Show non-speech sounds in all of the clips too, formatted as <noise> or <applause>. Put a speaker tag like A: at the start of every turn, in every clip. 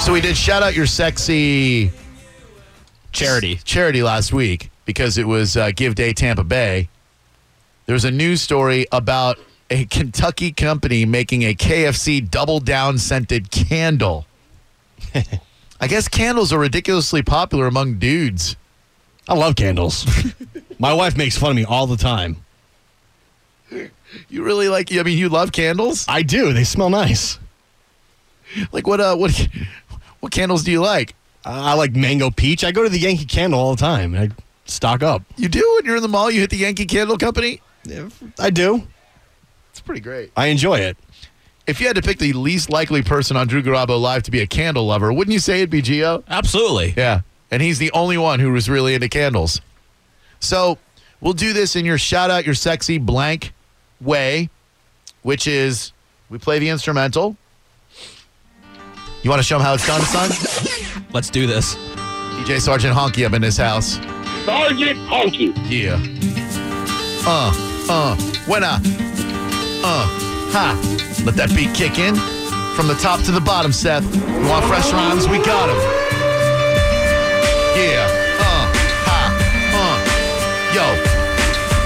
A: So we did shout out your sexy
B: Charity.
A: charity last week because it was uh, Give Day Tampa Bay. There was a news story about a <laughs> Kentucky company making a KFC double down scented candle. I guess candles are ridiculously popular among dudes.
B: I love
C: <laughs>
B: candles. My wife makes fun of me all the time.
A: You really like? I mean, you love candles.
B: I do. They smell nice.
A: Like what? Uh, what? <laughs> What candles do you like?
B: I I like mango peach. I go to the Yankee Candle all the time. I stock up.
A: You do when you're in the mall. You hit the Yankee Candle Company.
B: I do.
A: It's pretty great.
B: I enjoy it.
A: If you had to pick the least likely person on Drew Garabo Live to be a candle lover, wouldn't you say it'd be Gio?
C: Absolutely.
A: Yeah. And he's the only one who was really into candles. So we'll do this in your shout out your sexy blank way, which is we play the instrumental. You want to show him how it's done, son? <laughs>
C: Let's do this.
A: DJ Sergeant Honky up in this house.
D: Sergeant Honky.
A: Yeah. Uh, uh, when I, uh, ha. Let that beat kick in. From the top to the bottom, Seth. You want fresh rhymes? We got them. Yeah. Uh, ha. Uh, yo.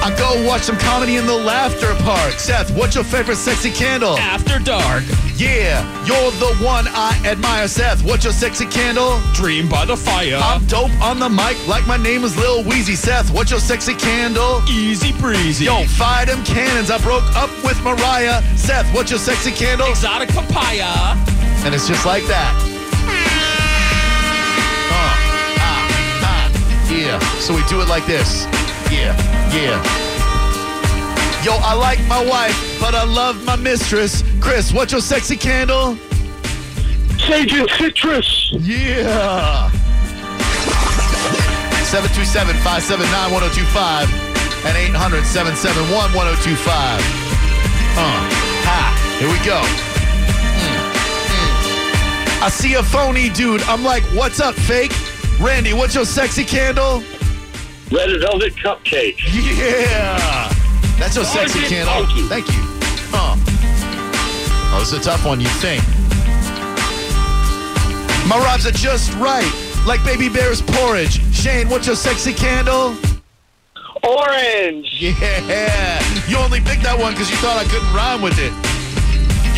A: I go watch some comedy in the laughter park. Seth, what's your favorite sexy candle?
C: After dark,
A: Yeah, you're the one I admire. Seth, what's your sexy candle?
C: dream by the fire,
A: I'm dope on the mic like my name is Lil Weezy. Seth, what's your sexy candle?
C: easy breezy.
A: Yo, fire them cannons. I broke up with Mariah. Seth, what's your sexy candle?
C: exotic papaya.
A: And it's just like that. Uh, ah, ah, yeah. So we do it like this. Yeah, yeah. Yo, I like my wife, but I love my mistress. Chris, what's your sexy candle?
D: Sage and Citrus.
A: Yeah. 727 579 1025 and 800 771 1025. Uh, ha. Here we go. Mm, mm. I see a phony dude. I'm like, what's up, fake? Randy, what's your sexy candle?
D: Red Velvet Cupcake.
A: Yeah. That's your sexy
D: Sergeant
A: candle.
D: Funky.
A: Thank you. Huh. Oh, this is a tough one, you think. My rhymes are just right, like baby bear's porridge. Shane, what's your sexy candle?
D: Orange.
A: Yeah. You only picked that one because you thought I couldn't rhyme with it.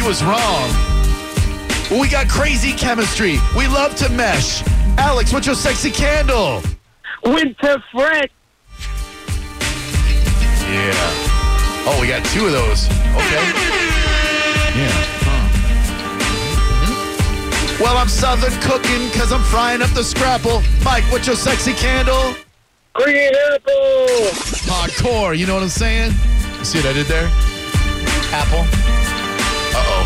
A: You was wrong. Well, we got crazy chemistry. We love to mesh. Alex, what's your sexy candle?
D: Winter Fret.
A: Yeah. Oh, we got two of those. Okay. Yeah. Mhm. Well, I'm southern cooking because I'm frying up the scrapple. Mike, what's your sexy candle?
D: Green Apple.
A: Hardcore, you know what I'm saying? You see what I did there? Apple. Uh oh.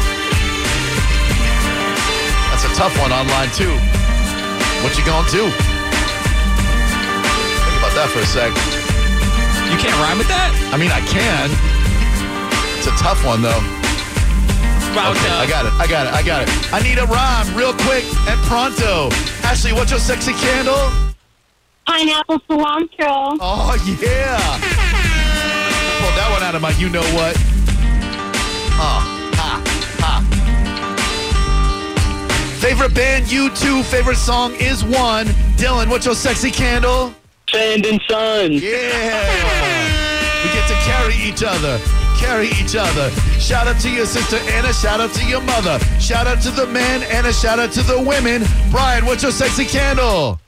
A: That's a tough one online, too. What you gonna do? Think about that for a sec.
C: You can't rhyme with that?
A: I mean, I can. It's a tough one, though.
B: Oh,
C: About,
A: Okay,
C: uh,
A: I got it. I got it. I got it. I need a rhyme real quick and pronto. Ashley, what's your sexy candle?
E: Pineapple cilantro.
A: Oh, yeah. I pulled that one out of my you know what. Ah, ha, ha. Favorite band, you two. Favorite song is one. Dylan, what's your sexy candle?
D: Sand and Sun.
A: Yeah. We get to carry each other. Carry each other. Shout out to your sister Anna. Shout out to your mother. Shout out to the men and a shout out to the women. Brian, what's your sexy candle?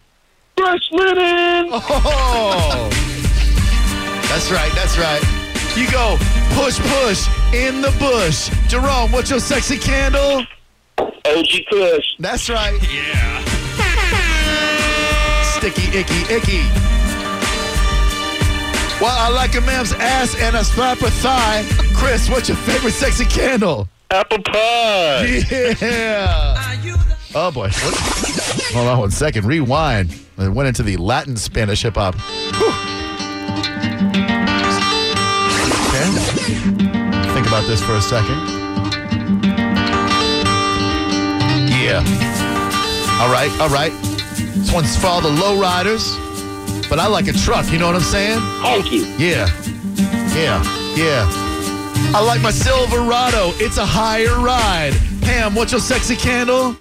D: Fresh linen.
A: Oh. that's right. That's right. You go push, push in the bush. Jerome, what's your sexy candle?
D: OG Kush.
A: That's right. Yeah. Sticky, icky, icky. Well, I like a man's ass and I slap her thigh. Chris, what's your favorite sexy candle?
D: Apple pie.
A: <laughs> Yeah. Oh boy. What? Hold on one second. Rewind. I went into the Latin Spanish hip hop. Okay. Think about this for a second. Yeah. All right. All right. This one's for all the low riders, but I like a truck. You know what I'm saying?
D: Honky.
A: Yeah. Yeah. Yeah. I like my Silverado. It's a higher ride. Pam, what's your sexy candle?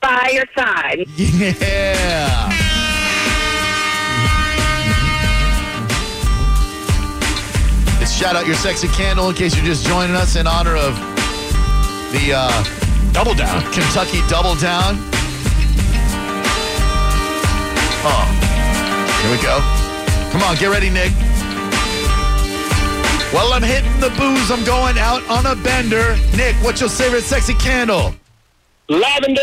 E: by your side.
A: Yeah. It's shout out your sexy candle in case you're just joining us in honor of the uh,
B: Double down.
A: Kentucky Double Down. Oh, here we go. Come on, get ready, Nick. Well, I'm hitting the booze. I'm going out on a bender. Nick, what's your favorite sexy candle?
D: Lavender.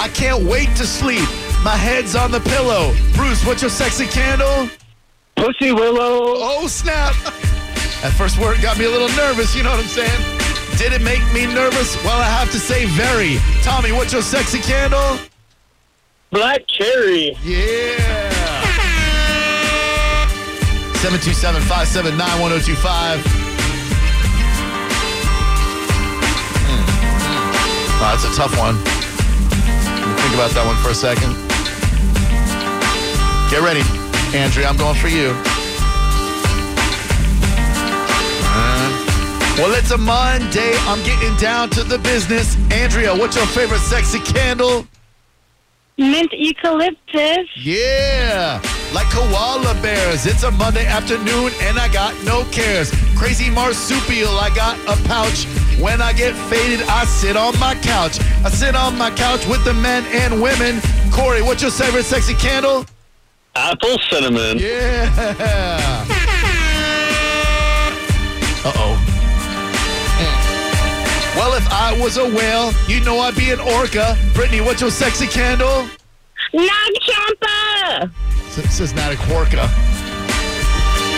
A: I can't wait to sleep. My head's on the pillow. Bruce, what's your sexy candle?
D: Pussy Willow.
A: Oh, snap. That first word got me a little nervous, you know what I'm saying? Did it make me nervous? Well, I have to say, very. Tommy, what's your sexy candle?
D: Black Cherry.
A: Yeah. 727-579-1025. Hmm. Wow, that's a tough one. Think about that one for a second. Get ready, Andrea. I'm going for you. Uh, Well, it's a Monday. I'm getting down to the business. Andrea, what's your favorite sexy candle?
E: Mint eucalyptus.
A: Yeah, like koala bears. It's a Monday afternoon and I got no cares. Crazy marsupial, I got a pouch. When I get faded, I sit on my couch. I sit on my couch with the men and women. Corey, what's your favorite sexy candle?
D: Apple Cinnamon.
A: Yeah. Uh oh. Well, if I was a whale, you know I'd be an orca. Brittany, what's your sexy candle?
E: Nog Champa.
A: This is not a Orca.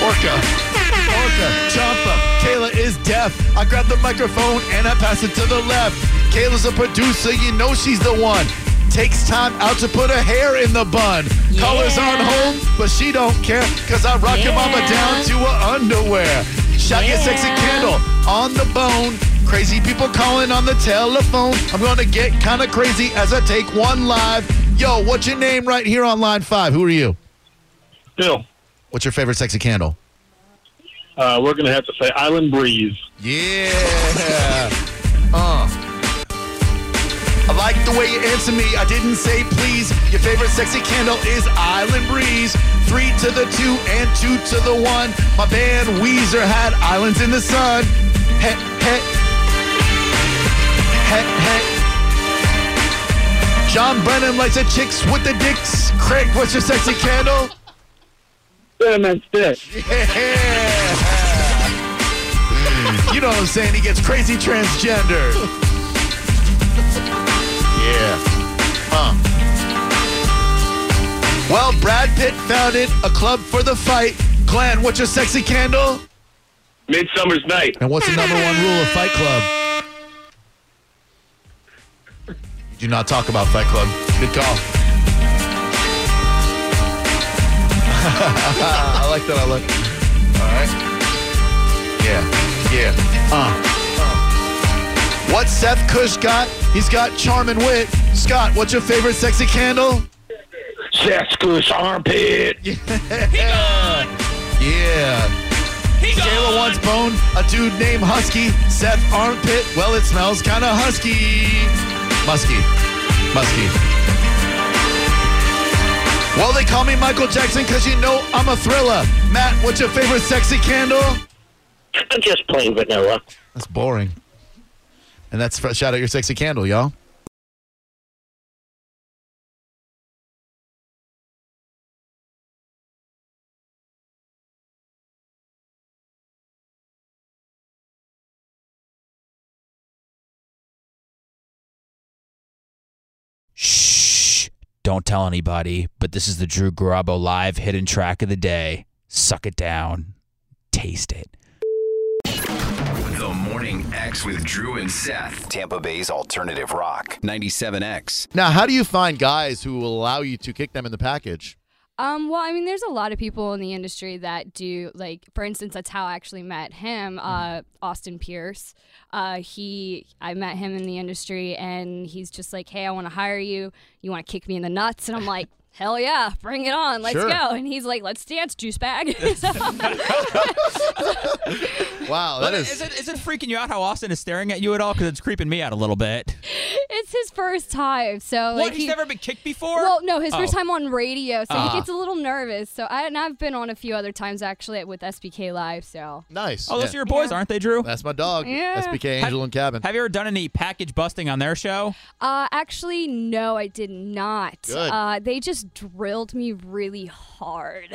A: Orca. Orca. Champa. Kayla is deaf. I grab the microphone and I pass it to the left. Kayla's a producer. You know she's the one. Takes time out to put her hair in the bun. Colors aren't home, but she don't care. Cause I rock your mama down to her underwear. Shot your sexy candle on the bone. Crazy people calling on the telephone. I'm gonna get kinda crazy as I take one live. Yo, what's your name right here on line five? Who are you?
D: Bill,
A: What's your favorite sexy candle?
D: uh, we're going to have to say Island Breeze.
A: <laughs> Yeah. uh. I like the way you answer me. I didn't say please. Your favorite sexy candle is Island Breeze. Three to the two and two to the one. My band Weezer had Islands in the Sun. Het, het. Het, het. John Brennan likes the chicks with the dicks. Craig, what's your sexy candle?
D: Cinnamon Stick.
A: Yeah. <laughs> you know what I'm saying? He gets crazy transgender. yeah. Huh. Well, Brad Pitt founded a club for the fight. Glenn, what's your sexy candle?
D: Midsummer's Night.
A: And what's the number one rule of Fight Club? You do not talk about Fight Club. Good call. <laughs> I like that. I like. All right. Yeah. Yeah. Uh. uh. What Seth Cush got? He's got charm and wit. Scott, what's your favorite sexy candle?
D: Sasquatch Armpit.
A: Yeah.
C: He gone.
A: Kayla wants bone, a dude named Husky. Seth armpit, well, it smells kind of husky. Musky. Musky. Well, they call me Michael Jackson because you know I'm a thriller. Matt, what's your favorite sexy candle?
D: I'm just plain vanilla.
A: That's boring. And that's for, shout out your sexy candle, y'all.
C: Shh. Don't tell anybody, but this is the Drew Garabo live hidden track of the day. Suck it down. Taste it.
F: The Morning X with Drew and Seth. Tampa Bay's Alternative Rock. 97X.
A: Now, how do you find guys who will allow you to kick them in the package?
G: Um, well, I mean, there's a lot of people in the industry that do like, for instance, that's how I actually met him,
C: Mm-hmm.
G: uh, Austin Pierce. Uh, he, I met
C: <laughs>
G: him in the industry, and he's just like, "Hey, I want to hire you. You want to kick me in the nuts?" And I'm like, hell yeah, bring it on, let's
A: Sure.
G: go. And he's like, let's dance, juice
C: <laughs>
G: bag. <laughs>
A: Wow, that
C: But
A: is.
C: it, is it freaking you out how Austin is staring at you at all? Because it's creeping me out a little bit.
G: it's his first time, so
C: what?
G: like
C: He's
G: he-
C: never been kicked before?
G: Well, no, his first
C: Oh.
G: time on radio, so
C: Ah.
G: he gets a little nervous. So I and I've been on a few other times actually with SBK Live. So
A: Nice.
C: Oh, those
A: Yeah.
C: are your boys, aren't they, Drew?
A: That's my dog.
G: Yeah.
A: SBK Angel and Cabin.
C: Have you ever done any package busting on their show?
G: uh, actually, no, I did not.
A: Good.
G: Uh, they just drilled me really hard.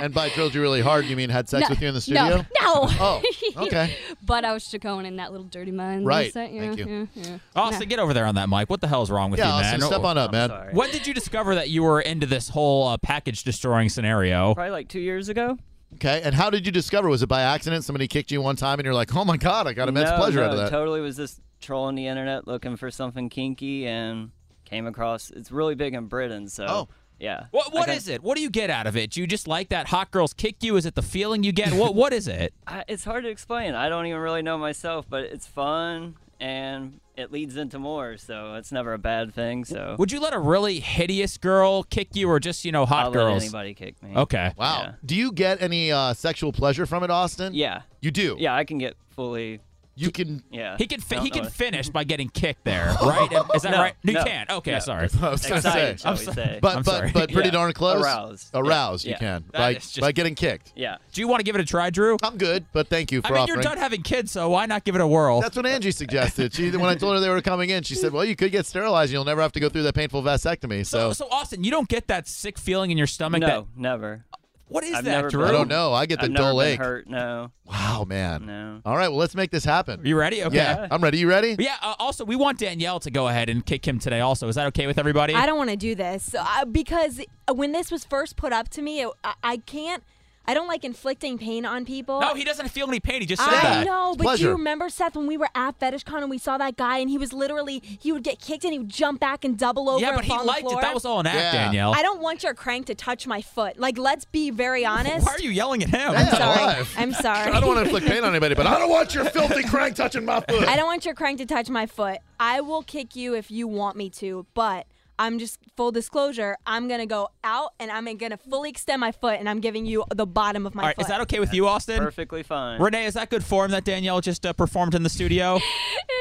A: and by drilled you really hard, you mean had sex
G: No,
A: with you in the studio?
G: <laughs> No, no.
A: Oh, okay.
G: But I was just going in that little dirty mind.
A: Right.
G: mindset, you
A: Thank
G: know,
A: you.
G: yeah, yeah.
C: Austin, get over there on that mic. What the hell's wrong with
A: yeah,
C: you, man?
A: Austin, step on up, man.
H: Sorry.
C: When did you discover that you were into this whole uh, package destroying scenario?
H: Probably like two years ago.
A: Okay, and how did you discover? Was it by accident? Somebody kicked you one time, and you're like, "Oh my god, I got immense
H: no,
A: pleasure
H: no,
A: out of that."
H: Totally was just trolling the internet looking for something kinky and came across. It's really big in Britain, so
A: Oh.
H: yeah.
C: What What is
H: Okay.
C: it? What do you get out of it? Do you just like that hot girls kick you? Is it the feeling you get? What What is it?
H: I, it's hard to explain. I don't even really know myself, but it's fun and it leads into more, so it's never a bad thing. So
C: Would you let a really hideous girl kick you, or just you know hot
H: I'll
C: girls?
H: let anybody kick me.
C: Okay.
A: Wow.
H: Yeah.
A: Do you get any uh, sexual pleasure from it, Austin?
H: Yeah.
A: you do.
H: Yeah, I can get fully.
A: you can.
H: Yeah.
C: He can fi-
H: Don't
C: he
H: know
C: can
H: it.
C: finish by getting kicked
H: <laughs>
C: there, right? Is that
H: No,
C: right? You
H: no,
C: can't. Okay,
A: <laughs>
H: no.
C: sorry.
A: I was gonna say,
H: Excited, shall we say?
A: but
C: I'm
A: but
C: sorry.
A: but pretty
H: Yeah.
A: darn close.
H: Aroused. Yeah.
A: Aroused, you
H: Yeah.
A: can
C: That
A: by
C: is just-
A: by getting kicked.
H: yeah.
C: Do you want to give it a try, Drew?
A: I'm good, but thank you for
C: I mean,
A: offering.
C: you're done having kids, so why not give it a whirl?
A: That's what Angie suggested. She when I told her they were coming in, she said, "Well, you could get sterilized. and You'll never have to go through that painful vasectomy."
C: so,
A: So,
C: so Austin, you don't get that sick feeling in your stomach.
H: no,
C: That,
H: never.
C: what is
H: I've
C: that,
H: never
C: Drew?
H: been-
A: I don't know. I get the
H: I've never
A: dull
H: been
A: ache.
H: hurt. No,
A: Wow, man.
H: no.
A: All right, well, let's make this happen.
C: You ready? Okay.
A: Yeah, I'm ready. You ready?
C: Yeah, uh, also, we want Danielle to go ahead and kick him today, also. Is that okay with everybody?
I: I don't want to do this so I, because when this was first put up to me, it, I, I can't. I don't like inflicting pain on people.
C: No, he doesn't feel any pain. He just said
I: I
C: that.
I: know,
A: It's
I: but do
A: pleasure.
I: you remember Seth when we were at FetishCon and we saw that guy and he was literally he would get kicked and he would jump back and double over.
C: Yeah,
I: and
C: but he
I: fall on the
C: liked it.
I: floor?
C: That was all an act,
A: Yeah.
C: Danielle.
I: I don't want your crank to touch my foot. Like, let's be very honest.
C: Why are you yelling at him?
A: Yeah.
I: I'm sorry.
A: alive?
I: I'm sorry.
A: I don't want to inflict pain on anybody, but <laughs> I don't want your filthy crank touching my foot.
I: I don't want your crank to touch my foot. I will kick you if you want <laughs> me to, but I'm just full disclosure. I'm gonna go out and I'm gonna fully extend my foot, and I'm giving you the bottom of my
C: All right,
I: foot.
C: is that okay with you, Austin?
H: Perfectly fine.
C: Renee, is that good form that Danielle just uh, performed in the studio?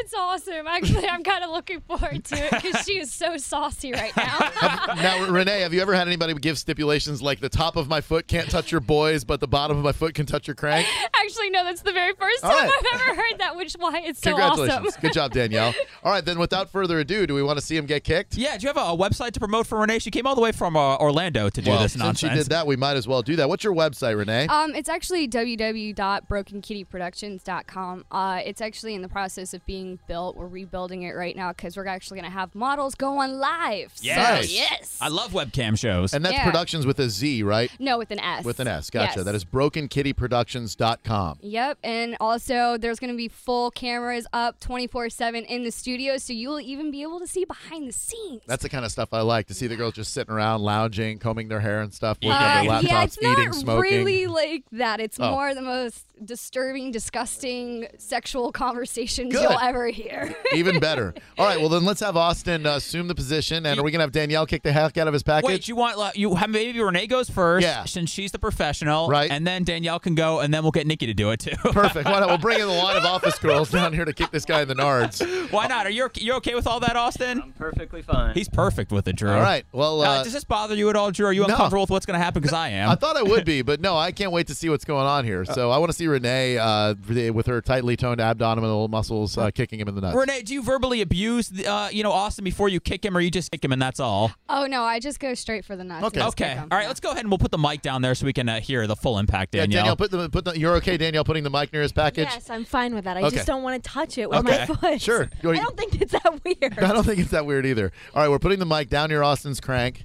G: It's awesome. Actually, I'm kind of looking forward to it because she is so saucy right
I: <laughs>
G: now.
A: Now, Renee, have you ever had anybody give stipulations like the top of my foot can't touch your boys, but the bottom of my foot can touch your crank?
G: Actually, no, that's the very first
A: All
G: time
A: right.
G: I've ever heard that, which is why it's <laughs> so
A: Congratulations.
G: awesome.
A: Good job,
G: <laughs>
A: Danielle. All right, then without further ado, do we want to see him get kicked?
C: yeah, do you have a, a website to promote for Renee? She came all the way from uh, Orlando to do
A: Well,
C: this
A: since
C: nonsense.
A: she did that, we might as well do that. What's your website, Renee?
G: Um, it's actually www.brokenkittyproductions.com. Uh, it's actually in the process of being built. We're rebuilding it right now because we're actually going to have models go on live. So,
A: Yes.
G: yes.
C: I love webcam shows.
A: and that's
G: yeah.
A: productions with a Z, right?
G: no, with an S.
A: With an S. Gotcha.
G: Yes.
A: That is brokenkittyproductions.com.
G: Yep, and also there's going to be full cameras up 24/7 in the studio, so you will even be able to see behind the scenes.
A: That's the kind of stuff I like to see the girls just sitting around, lounging, combing their hair and stuff, working
G: Uh,
A: on their laptops,
G: yeah, it's
A: eating,
G: not
A: smoking. <laughs>
G: really like that. It's
A: Oh.
G: more the most disturbing, disgusting sexual conversations
A: Good.
G: you'll ever hear. <laughs>
A: Even better. All right, well then let's have Austin uh, assume the position, and are we gonna have Danielle kick the heck out of his
C: Wait,
A: package?
C: you <laughs> want like, you have maybe Renee goes first,
A: Yeah.
C: since she's the professional,
A: Right.
C: And then Danielle can go, and then we'll get Nikki to do it too.
A: Perfect. Why not? We'll bring in a lot of office girls down here to kick this guy in the nards.
C: <laughs> Why not? Are you you okay with all that, Austin?
H: I'm perfectly fine.
C: He's perfect with it, Drew.
A: All right. Well,
C: Uh,
A: uh,
C: does this bother you at all, Drew? Are you
A: No.
C: uncomfortable with what's going to happen? Because I am.
A: I thought I would be, but no, I can't wait to see what's going on here.
C: Uh,
A: So I want to see Renee uh, with her tightly toned abdominal muscles uh, kicking him in the nuts.
C: Renee, do you verbally abuse the, uh, you know Austin before you kick him, or you just kick him and that's all?
G: oh no, I just go straight for the nuts.
A: Okay.
G: and just
C: Okay.
G: kick 'em.
C: All right. Let's go ahead and we'll put the mic down there so we can uh, hear the full impact,
A: yeah,
C: Danielle.
A: Danielle, put the put the. You're okay, Danielle, putting the mic near his package.
I: Yes, I'm fine with that. I
A: Okay.
I: just don't want to touch it with
C: Okay,
I: my foot.
A: sure.
I: I don't think it's that
A: <laughs>
I: weird.
A: I don't think it's that weird either. All right, we're putting the mic down near Austin's crank.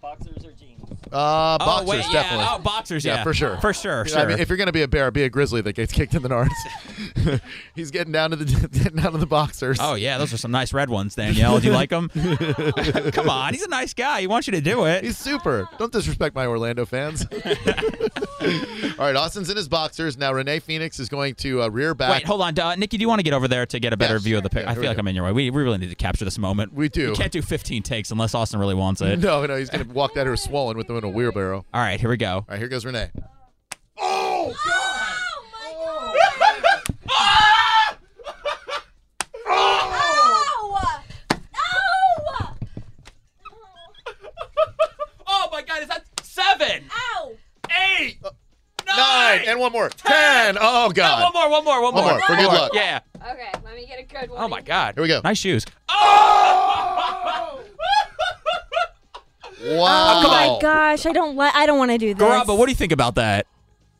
H: Boxers or jeans?
A: Uh, boxers,
C: oh, wait, yeah.
A: definitely.
C: Oh, boxers,
A: Yeah,
C: yeah.
A: for sure.
C: For sure, sure.
A: I mean, if you're gonna be a bear, be a grizzly that gets kicked in the nards. <laughs> He's getting down to the <laughs> getting down to the boxers.
C: oh, yeah, those are some nice red ones, Danielle. Do you
A: <laughs>
C: like them? Come on, he's a nice guy. He wants you to do it.
A: He's super. Don't disrespect my Orlando
C: <laughs>
A: fans. All right, Austin's in his boxers now. Renee Phoenix is going to uh, rear back.
C: Wait, hold on. Uh, Nikki, do you want to get over there to get a better
A: Yes.
C: view of the
A: Yeah,
C: picture? I
A: here we
C: feel like
A: go.
C: I'm in your way. We, we really need to capture this moment.
A: We do.
C: We can't do 15 takes unless Austin really wants
A: <laughs> <laughs>
C: it.
A: No, no, he's gonna walk that her swollen with him in a wheelbarrow. All
C: All right, here we go.
A: right, here goes Renee. Ah!
C: Oh, my God, is that seven?
I: Ow!
C: Eight?
A: Nine and one more. Ten. Oh God.
C: One more, one more, one,
A: One more, for good luck.
C: Yeah.
G: Okay, let me get a good one.
C: Oh, my God.
A: Here we go.
C: Nice shoes.
A: Wow.
I: Oh my gosh, I don't like. I don't want to do this.
C: Garaba, what do you think about that?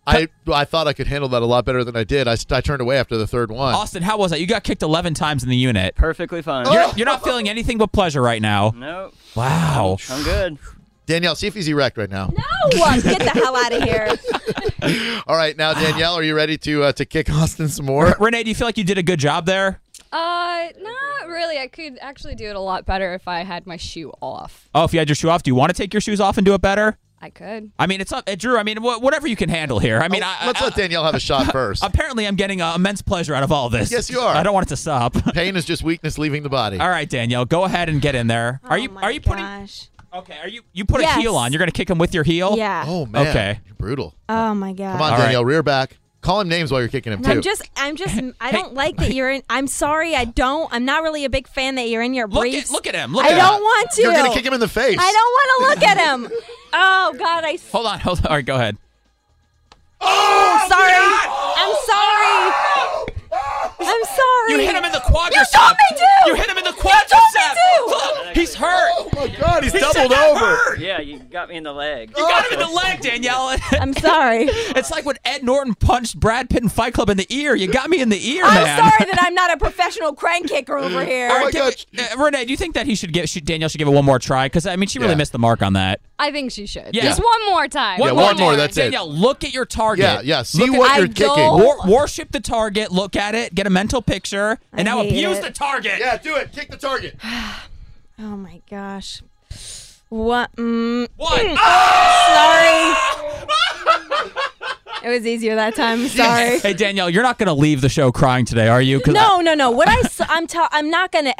A: I I thought I could handle that a lot better than I did. I, s- I turned away after the third one.
C: Austin, how was that? You got kicked 11 times in the unit.
H: Perfectly fine.
A: Oh.
I: Oh.
C: You're, you're not feeling anything but pleasure right now.
H: Nope.
C: Wow.
H: I'm good.
A: Danielle, see if he's erect right now.
I: No, <laughs> get the hell out of here.
A: All right,
C: Ah.
A: now Danielle, are you ready to uh, to kick <laughs> Austin some more?
C: Renee, do you feel like you did a good job there?
G: <laughs> Uh, not really. I could actually do it a lot better if I had my shoe off.
C: Oh, if you had your shoe off, do you want to take your shoes off and do it better?
G: I could.
C: I mean, it's up, uh, Drew. I mean, wh- whatever you can handle here. I mean, I,
A: Oh, Let's
C: I-
A: let Danielle have a shot first.
C: apparently I'm getting uh, immense pleasure out of all this.
A: Yes, you are.
C: I don't want it
A: <laughs>
C: to stop.
A: Pain is just weakness leaving the body.
C: all right, Danielle, go ahead and get in there. Are
I: Oh
C: you
I: my
C: are you putting
I: Gosh.
C: Okay, are you you put
I: Yes.
C: a heel on. You're going to kick him with your heel?
I: Yeah.
A: Oh man.
C: Okay.
A: You're brutal.
I: Oh my god.
A: Come on,
C: All right.
A: Danielle, rear back. Call him names while you're kicking him too.
I: I'm just, I'm just, I don't like that you're in. I'm sorry, I don't. I'm not really a big fan that you're in your
C: Look
I: briefs.
C: at look at him. Look
I: I
C: at
I: don't
C: him.
I: want to.
A: you're gonna kick him in the face.
I: I don't want to look at him. Oh God, I.
C: Hold on. Hold on. All right, go ahead.
I: am sorry. I'm sorry. I'm sorry.
C: You hit him in the quadricep.
I: You told me to.
C: You hit him in the
I: told me
C: quadricep.
I: to.
C: Look, he's hurt.
A: Oh my God, he's
C: He said
A: doubled
C: that
A: over.
C: hurt.
H: Yeah, you got me in the leg.
C: You got him in the leg, Danielle.
I: I'm sorry.
C: <laughs> it's like when Ed Norton punched Brad Pitt in Fight Club in the ear. You got me in the ear,
I: I'm
C: man.
I: sorry that I'm not a professional crank kicker over here.
C: All right,
A: Oh my
C: give
A: God.
C: it- uh, Renee, do you think that he should give should, Danielle should give it one more try? Because I mean, she really
A: Yeah.
C: missed the mark on that.
G: I think she should.
C: Yeah.
G: Just one more time.
A: Yeah, one more, that's it.
C: Danielle, look at your target.
A: Yeah, yeah. See
C: Look at-
A: what
I: I
A: you're
I: don't-
A: kicking.
C: Wor- worship the target. Look at it. Get a mental picture, and now
I: hate
C: abuse
I: it.
C: the target.
A: Yeah, do it. Kick the target.
I: Oh my gosh. What? Mm,
C: One.
I: sorry. it was easier that time. Sorry.
C: Hey Danielle, you're not gonna leave the show crying today, are you? 'Cause
I: No, no, no. What I saw, I'm tell, I'm not gonna.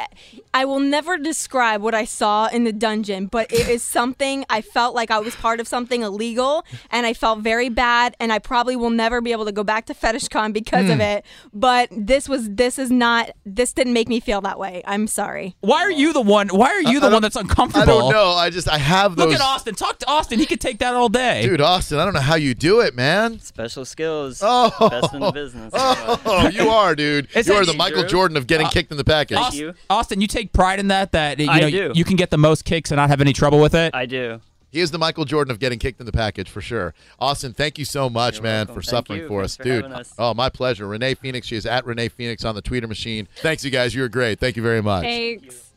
I: I will never describe what I saw in the dungeon, but it is something I felt like I was part of something illegal, and I felt very bad, and I probably will never be able to go back to Fetish Con because of it. But this was, this is not, this didn't make me feel that way. I'm sorry.
C: I- why are you the one? Why are you the one that's
A: I
C: uncomfortable?
A: don't know. I just I have those.
C: Look at Austin. Talk to Austin. He could take that all day.
A: Dude, Austin, I don't know how you do it, man.
H: Special skills.
A: Oh.
H: Best in the business.
A: Oh, you are, dude.
C: It's
A: you
C: like-
A: are the Michael
H: Drew? Uh,
A: Jordan of getting kicked in the package.
H: Thank
C: Aust-
H: you.
C: Austin, you take pride in that. That you know
H: I do.
C: you can get the most kicks and not have any trouble with it.
H: I do.
A: He is the Michael Jordan of getting kicked in the package for sure. Austin, thank you so much,
H: You're
A: man,
H: welcome.
A: for
H: Thank
A: suffering
H: you.
A: for
H: Thanks
A: us,
H: for
A: dude.
H: having us.
A: Oh, my pleasure. Renee Phoenix, she is at Renee Phoenix on the Twitter machine. Thanks, you guys. You were great. Thank you very much.
G: Thanks.